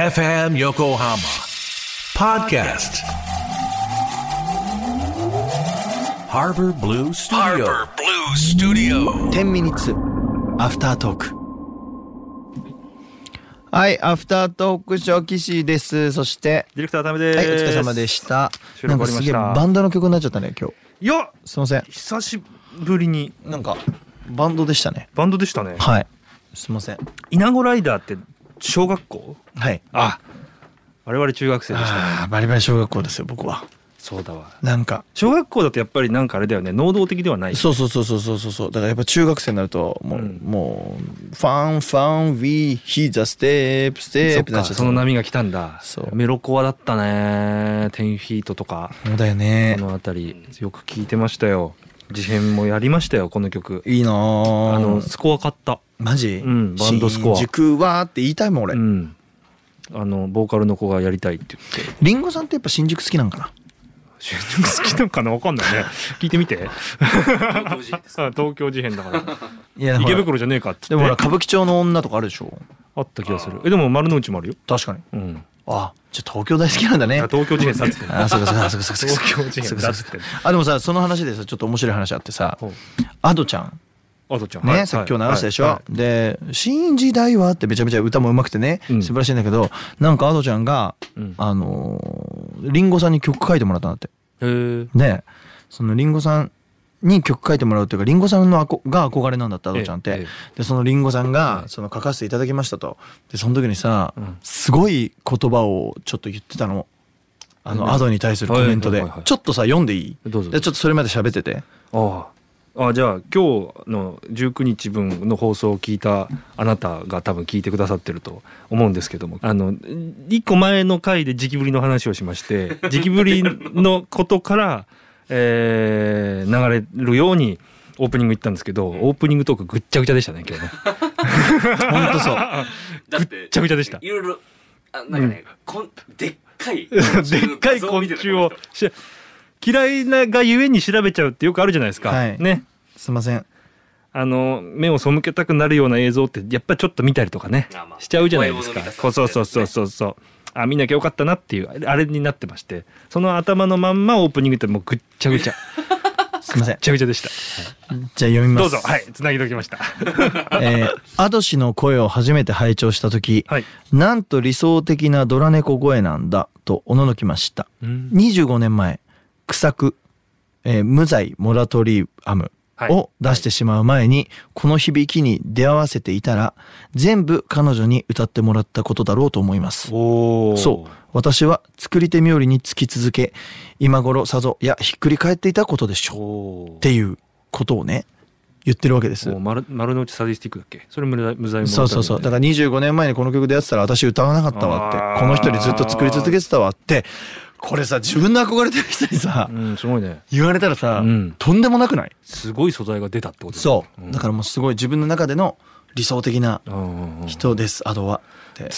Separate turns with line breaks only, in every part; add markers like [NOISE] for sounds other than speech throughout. FM Yokohama Podcast Harbor Blue Studio
Harbor Blue Studio.
10ミニッツアフタートークはいアフタートークショー岸ですそして
ディレクターためです。
はいお疲れ様でした
収
なん
録
か
終わ
す
りま
げ
し
え
た
バンドの曲になっちゃったね今日
いや、
すいません
久しぶりに
なんかバンドでしたね
バンドでしたね。
はいすいません
稲子ライダーって小学校？
はい
あ、我々中学生でしたね。
あーバリバリ小学校ですよ僕は
そうだわ。
なんか
小学校だとやっぱりなんかあれだよね、能動的ではない。
そうそうそうそうそうそうそうだからやっぱ中学生になるともう、
うん
もうファンファンウィーヒーザステップステ
そ
ッ
っ
プな
か
っちゃった
その波が来たんだ
そう
メロコアだったね10フィートとか
そうだよ
こ
ね
の辺りよく聞いてましたよ事変もやりましたよこの曲
いいなあ
あのスコア買った
マジ、
うんバンドスコア
新宿はって言いたいもん俺、
うんあのボーカルの子がやりたいって言って
リンゴさんってやっぱ新宿好きなんかな
新宿好きなのかなわか
[LAUGHS]
んないね聞いてみてあ東京事変だか
いや [LAUGHS]
ら池袋じゃねえかっつって
でもほら歌舞伎町の女とかあるでしょ
あった気がするえでも丸の内もあるよ、
確かに
うん、
あじゃあ東京大好きなんだね
あ東京事変さっつってんの
あそうかそうかそうかそうかそうか
東京事変だっつってんの
あでもさその話でさちょっと面白い話あってさ
ほう
アドちゃん
あとちゃん
ね、
はい
さっき今日流したでしょ、
はいはい
で「新時代は」ってめちゃめちゃ歌もうまくてね、
うん
素晴らしいんだけどなんかアドちゃんが、
うん
あのーリンゴさんに曲書いてもらったんだって
へー
でそのリンゴさんに曲書いてもらうというかリンゴさんのあこが憧れなんだったアドちゃんって、
えええ
でそのリンゴさんが
はい
その書かせていただきましたとでその時にさ、
うん
すごい言葉をちょっと言ってたのあ
うん
のアドに対するコメントで、
はいはいはいはい
ちょっとさ読んでいい
どうぞ
でちょっとそれまで喋ってて
あああじゃあ今日の19日分の放送を聞いたあなたが多分聞いてくださってると思うんですけどもあの1個前の回で直ぶりの話をしま [LAUGHS] して直ぶりのことから、えー流れるようにオープニング行ったんですけどオープニングトークぐっちゃぐちゃでしたね今日 [LAUGHS] ね。
本当そう
だって、
ぐっちゃぐちゃでした
いろいろ、あなんかね、こんでっか
で
い
っかい昆虫をし嫌いながゆえに調べちゃうってよくあるじゃないですか。
はい
ね
すいません
あの目を背けたくなるような映像ってやっぱりちょっと見たりとかね
あまあ
しちゃうじゃないです
怖
か
いもの見たさ
こうそうそうそうそうそう、あ見なきゃよかったなっていうあれあれになってましてその頭のまんまオープニングってもうぐっちゃ [LAUGHS] ぐちゃ
すいません
ぐちゃぐちゃでした
じゃあ読みます
どうぞはいつなぎときました
えーアド氏の声を初めて拝聴した時、
はい
なんと理想的なドラ猫声なんだとおののきました、
うん
25年前「草く、えー無罪モラトリアム」
はい
を出してしまう前に、この響きに出会わせていたら全部彼女に歌ってもらったことだろうと思います
おお
そう私は作り手冥利につき続け今頃さぞやひっくり返っていたことでしょう
お
っていうことをね言ってるわけです
お丸丸の内サディスティックだっけそれ無罪無罪も
そうそうそうだから25年前にこの曲でやってたら私歌わなかったわ
あ
っ
ー
てこの人にずっと作り続けてたわってこれさ自分の憧れてる人にさ
うんすごいね
言われたらさ、
うん
とんでもなくない
すごい素材が出たってこと
そう、だかららもうすごい自分の中での理想的な
うんうんうんすっ
人です、アドはって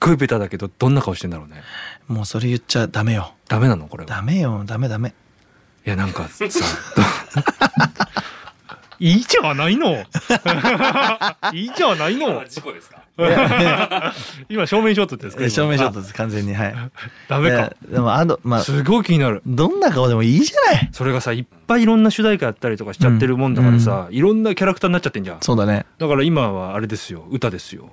ごいベタだけどどんな顔してんだろうね
もうそれ言っちゃダメよ
ダメなのこれは
ダメよダメダメ
いやなんかさいいじゃないのいいじゃないの
事故ですか
今正面衝突ですか今
正面ショットです完全にはい
あダメか
ででもアドまあ
すごい気になる
どんな顔でもいいじゃない
それがさいっぱいいろんな主題歌やったりとかしちゃってるもんだからさ、いろんなキャラクターになっちゃってんじゃん
そうだね
だから今はあれですよ歌ですよ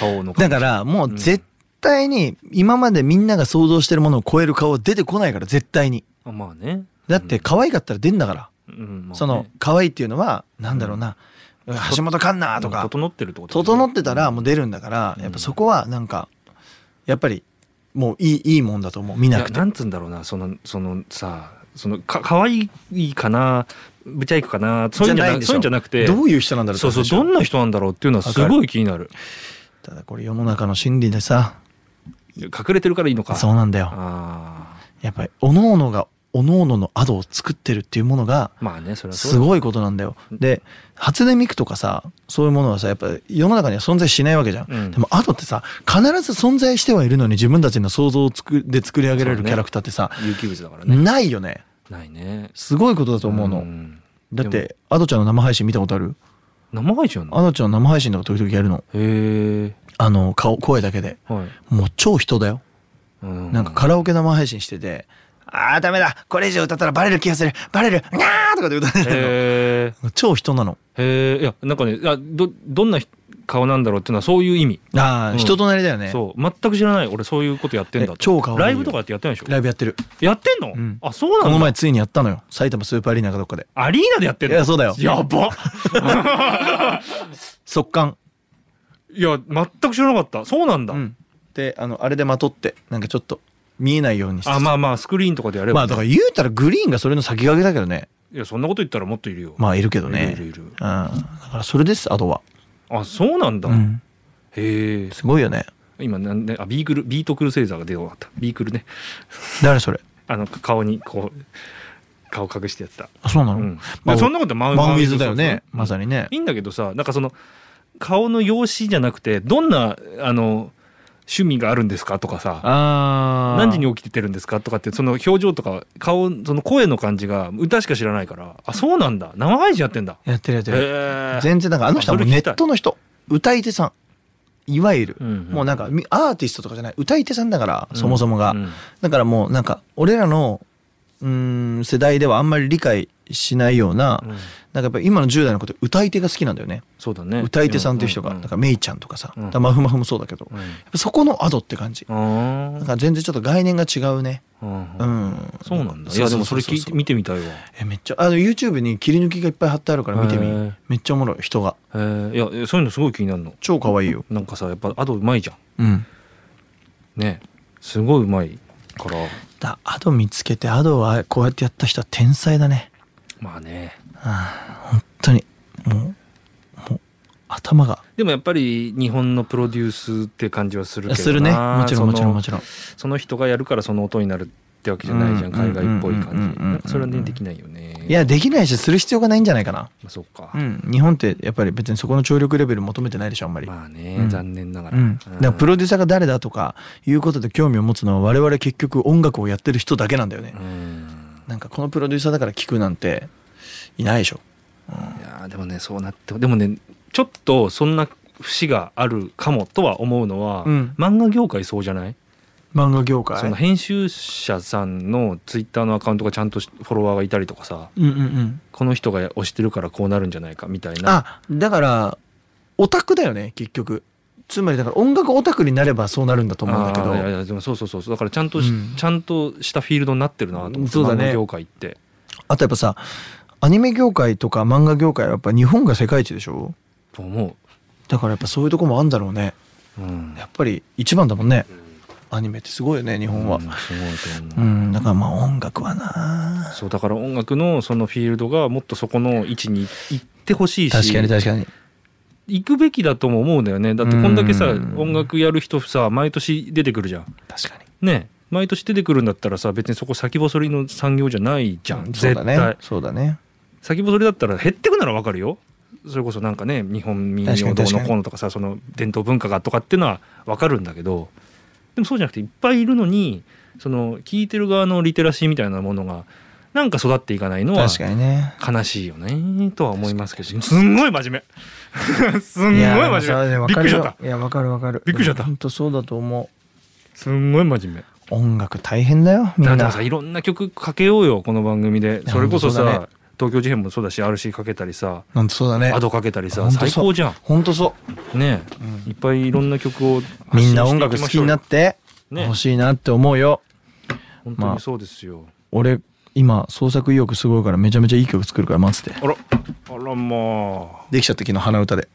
顔の
だからもう絶対に今までみんなが想像してるものを超える顔は出てこないから絶対に
あまあね
だって可愛かったら出んだから、
うんまあね
その可愛いっていうのはなんだろうな、橋本環奈とか
整ってるってことだよね
整ってたらもう出るんだから、
うん
やっぱそこはなんかやっぱりもういいいいもんだと思う見ないくて
やなんつうんだろうなそのそのさそのか可愛いかなぶちゃいくかなそういうんじゃな
でしょ
そういうんじゃなくて
どういう人なんだろうって
そうそ
話
う
でしょ
どんな人なんだろうっていうのはすごい気になる
ただこれ世の中の心理でさ
隠れてるからいいのか
そうなんだよ
あ
やっぱりおのおのがおのおののアドを作ってるっていうものが
ーまあねそれは
す
い
ごいことなんだよ。で初音ミクとかさそういうものはさやっぱり世の中には存在しないわけじゃん。
うん
でもアドってさ必ず存在してはいるのに自分たちの想像をつくで作り上げられ
そ
る
うね
キャラクターってさ、
有機物だからね
ないよね。
ないね
すごいことだと思うの。
ん
だっ
で
てアドちゃんの生配信見たことある
も生配信やん
ア
の
ドちゃんの生配信とか時々やるの。
へえ
あの顔声だけで
はい
もう超人だよ
うん
なんかカラオケ生配信してて「あーダメだこれ以上歌ったらバレる気がするバレるうわー!」とかで歌ってるの
へ
超人なの
えへえいやなんかねいやどどんな顔なんだろうっていうのはそういう意味、
ああ、
うん
人となりだよね
そう全く知らない俺そういうことやってんだ
え超可愛いよ
ライブとかってやってないでしょ
ライブやってる
やってんの、
うん
あそう
こ
な
の
んだ
前ついにやったのよ埼玉スーパーアリーナかどっかで
アリーナでやってん
い
の
やそうだよ
やば
[LAUGHS] 速乾
いや全く知らなかったそうなんだ、
うんであのあれでまとってなんかちょっと見えないようにして
あまあまあスクリーンとかでやれば、
まあだから言うたらグリーンがそれの先駆けだけどね
いやそんなこと言ったらもっといるよ、
まあいるけどね
いるいるいる
うん、だからそれですあとは、
あそうなんだ、
うん、
へえ
すごいよね
今なんであビークルビートクルセイザーが出てこなかったビークルね
誰それ
あの顔にこう顔隠してやってた、
あそうな
う
の、
ん
まあ
そんなことマ
マンウィズだよね
そうそう
まさにね
いいんだけどさなんかその顔の容姿じゃなくてどんなあの趣味があるんですかとかさ
ああ
何時に起きててるんですかとかってその表情とか顔その声の感じが歌しか知らないからあそうなんだ生配信やってんだ
やってるやってる
へえ
全然なんかあの人はもう
あそ
ネ
れ聞きたい
ットの人歌い手さんいわゆる、
うんうん
もうなんかみアーティストとかじゃない歌い手さんだからそもそもが、
うん
だからもうなんか俺らのうーん世代ではあんまり理解しないような,、
うん
なんかやっぱ今の10代の子って歌い手が好きなんだよね
そうだね
歌い手さんっていう人が、
うんうん
なんかメイちゃんとかさ、
うん
だまふまふもそうだけど、
うん
やっぱそこのアドって感じ、
あ
なん
ー
か全然ちょっと概念が違うね
うん
うん、
そうなんだい
そ
や
う
で
そう
も
そ
そうれ
そう
聞いて見てみたいわへ
えめっちゃあの YouTube に切り抜きがいっぱい貼ってあるから見てみ
へー
めっちゃおもろい人が
えいやそういうのすごい気になるの
超可愛いよ
なんかさやっぱアドうまいじゃん
うん
ねすごいうまいから
だアド見つけてアドはこうやってやった人は天才だね
まあね
本当にもうもう頭が
でもやっぱり日本のプロデュースって感じはするけどな
するねもちろんもちろんもちろん
そのその人がやるからその音になるってわけじゃないじゃん
うんうん
海外っぽい感じ
うんうんうん
なんかそれはねできないよね
いやできないしする必要がないんじゃないかな
まあそうか
うん日本ってやっぱり別にそこの聴力レベル求めてないでしょあんまり、
まあ
う
ね
ん
残念なが
う
ら
ん、だからプロデューサーが誰だとかいうことで興味を持つのは我々結局音楽をやってる人だけなんだよね、
うん
なんかこのプロデューサーだから聞くなんていないでしょ
いやーでもねそうなってでもねちょっとそんな節があるかもとは思うのは、
うん
漫画業界そうじゃない、
漫画業界
その編集者さんのツイッターのアカウントがちゃんとしフォロワーがいたりとかさ
うんうんうん
この人が推してるからこうなるんじゃないかみたいな
あだからオタクだよね結局つまりだから音楽オタクになればそうなるんだと思うんだけ
あーいやい
ど
やでもそうそうそうそうだからちゃんとし、
うん
ちゃんとしたフィールドになってるなと思って
そうだね
漫画業界って
あとやっぱさアニメ業界とか漫画業界はやっぱ日本が世界一でしょ
と思
だからやっぱそういうとこもあるんだろうね
う、うん、
やっぱり一番だもんねアニメってすごいよね日本は
うんすごいと思う
う、んだからまあ音楽はな
そうだから音楽のそのフィールドがもっとそこの位置に行ってほしいし
確かに確かに
行くべきだとも思うんだよねだってこんだけさ
うん
音楽やる人さ毎年出てくるじゃん
確かに
ね毎年出てくるんだったらさ別にそこ先細りの産業じゃないじゃん、
そう
絶
だ
対、
ねそうだね
先細りだったら減ってくならわかるよそれこそなんかね日本民謡どうのこうのとかさその伝統文化がとかってのはわかるんだけどでもそうじゃなくていっぱいいるのにその聞いてる側のリテラシーみたいなものがなんか育っていかないのは
確かにね
悲しいよねとは思いますけどすんごい真面
[LAUGHS]
目すんごい
い
真
や
面目びっくりしちゃった
いやわかるわかる
びっくりしちゃった
本当そうだと思
すんごい真面目
う音楽大変だよみん
だ
な
からさいろんな曲かけようよこの番組で
や
それこそさ
ほんとそうだ
東京事変もそうだし RC かけたりさ
なんてそうだね
アドかけたりさ
ほんとそう
最高じゃ
本当そ
んねえいっぱいいろんな曲を
うみんな音楽好きにな
っ
って
ね
欲しいなって思うよ、
本当にそうですよ、
俺今創作意欲すごいからめちゃめちゃいい曲作るから待ってて
あらあらま
できちゃった昨日鼻歌で、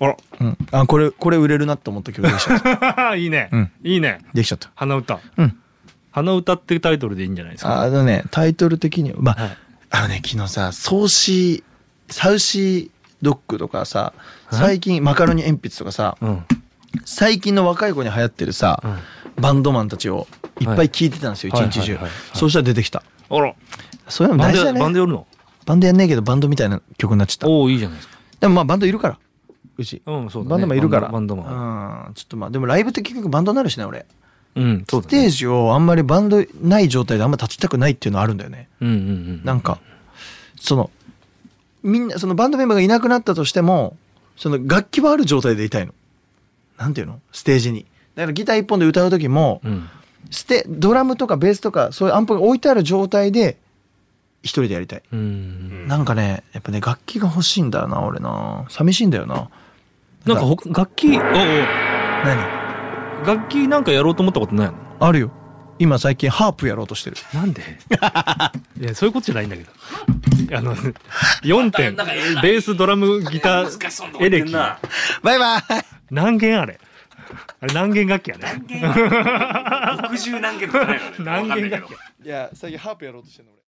ああ
うん、あこれこれ売れるなって思った曲できち
[LAUGHS]
ゃった [LAUGHS]
らいいね、
うん
いいね
できちゃった
花歌
うん
花歌ってタイトルでいいんじゃないですか
あのねタイトル的にまあ、
はい
あのね昨日さソーシーサウシードッグとかさ最近マカロニ鉛筆とかさ
うん
最近の若い子に流行ってるさ、
うん
バンドマンたちをいっぱい聞いてたんですよ、
はい
一日中、
はいはいはいはい
そうしたら出てきた
あら
そういうの
バ
大
ンド
事だ
や
ね
バンドやるの
バンドやんねえけどバンドみたいな曲になっちゃった
おおいいじゃないですか
でもまあバンドいるからうち、
うんそうだね
バンドマンいるから
バンドバンド
うんちょっとまあでもライブって結局バンドになるしね俺
うんそう
ス
だ
テー
ね
ジをあんまりバンドない状態であんま立ちたくないっていうのはあるんだよね
うんうんうん
なんかそのみんなそのバンドメンバーがいなくなったとしてもその楽器はある状態でいたいのなんていうのステージにだからギター一本で歌う時も、
うん
ステドラムとかベースとかそういうアンプが置いてある状態で一人でやりたい、
うん
なんかねやっぱね楽器が欲しいんだよな俺な寂しいんだよな
なんかほ楽器おう
何
おう楽器なんかやろうと思ったことないの
あるよ今最近ハープやろうとしてる
なんで [LAUGHS] いやそういうことじゃないんだけどあの4点
なんか偉い
ベースドラムギタ
難しそうな
ー
とこ
エ
言って
レ
ん
キ
な
バイバイ
何弦あれあれ何弦楽器やね
[LAUGHS] 60何件とかないのね
何件
わかんないけど
いや最近ハープやろうとしてるの俺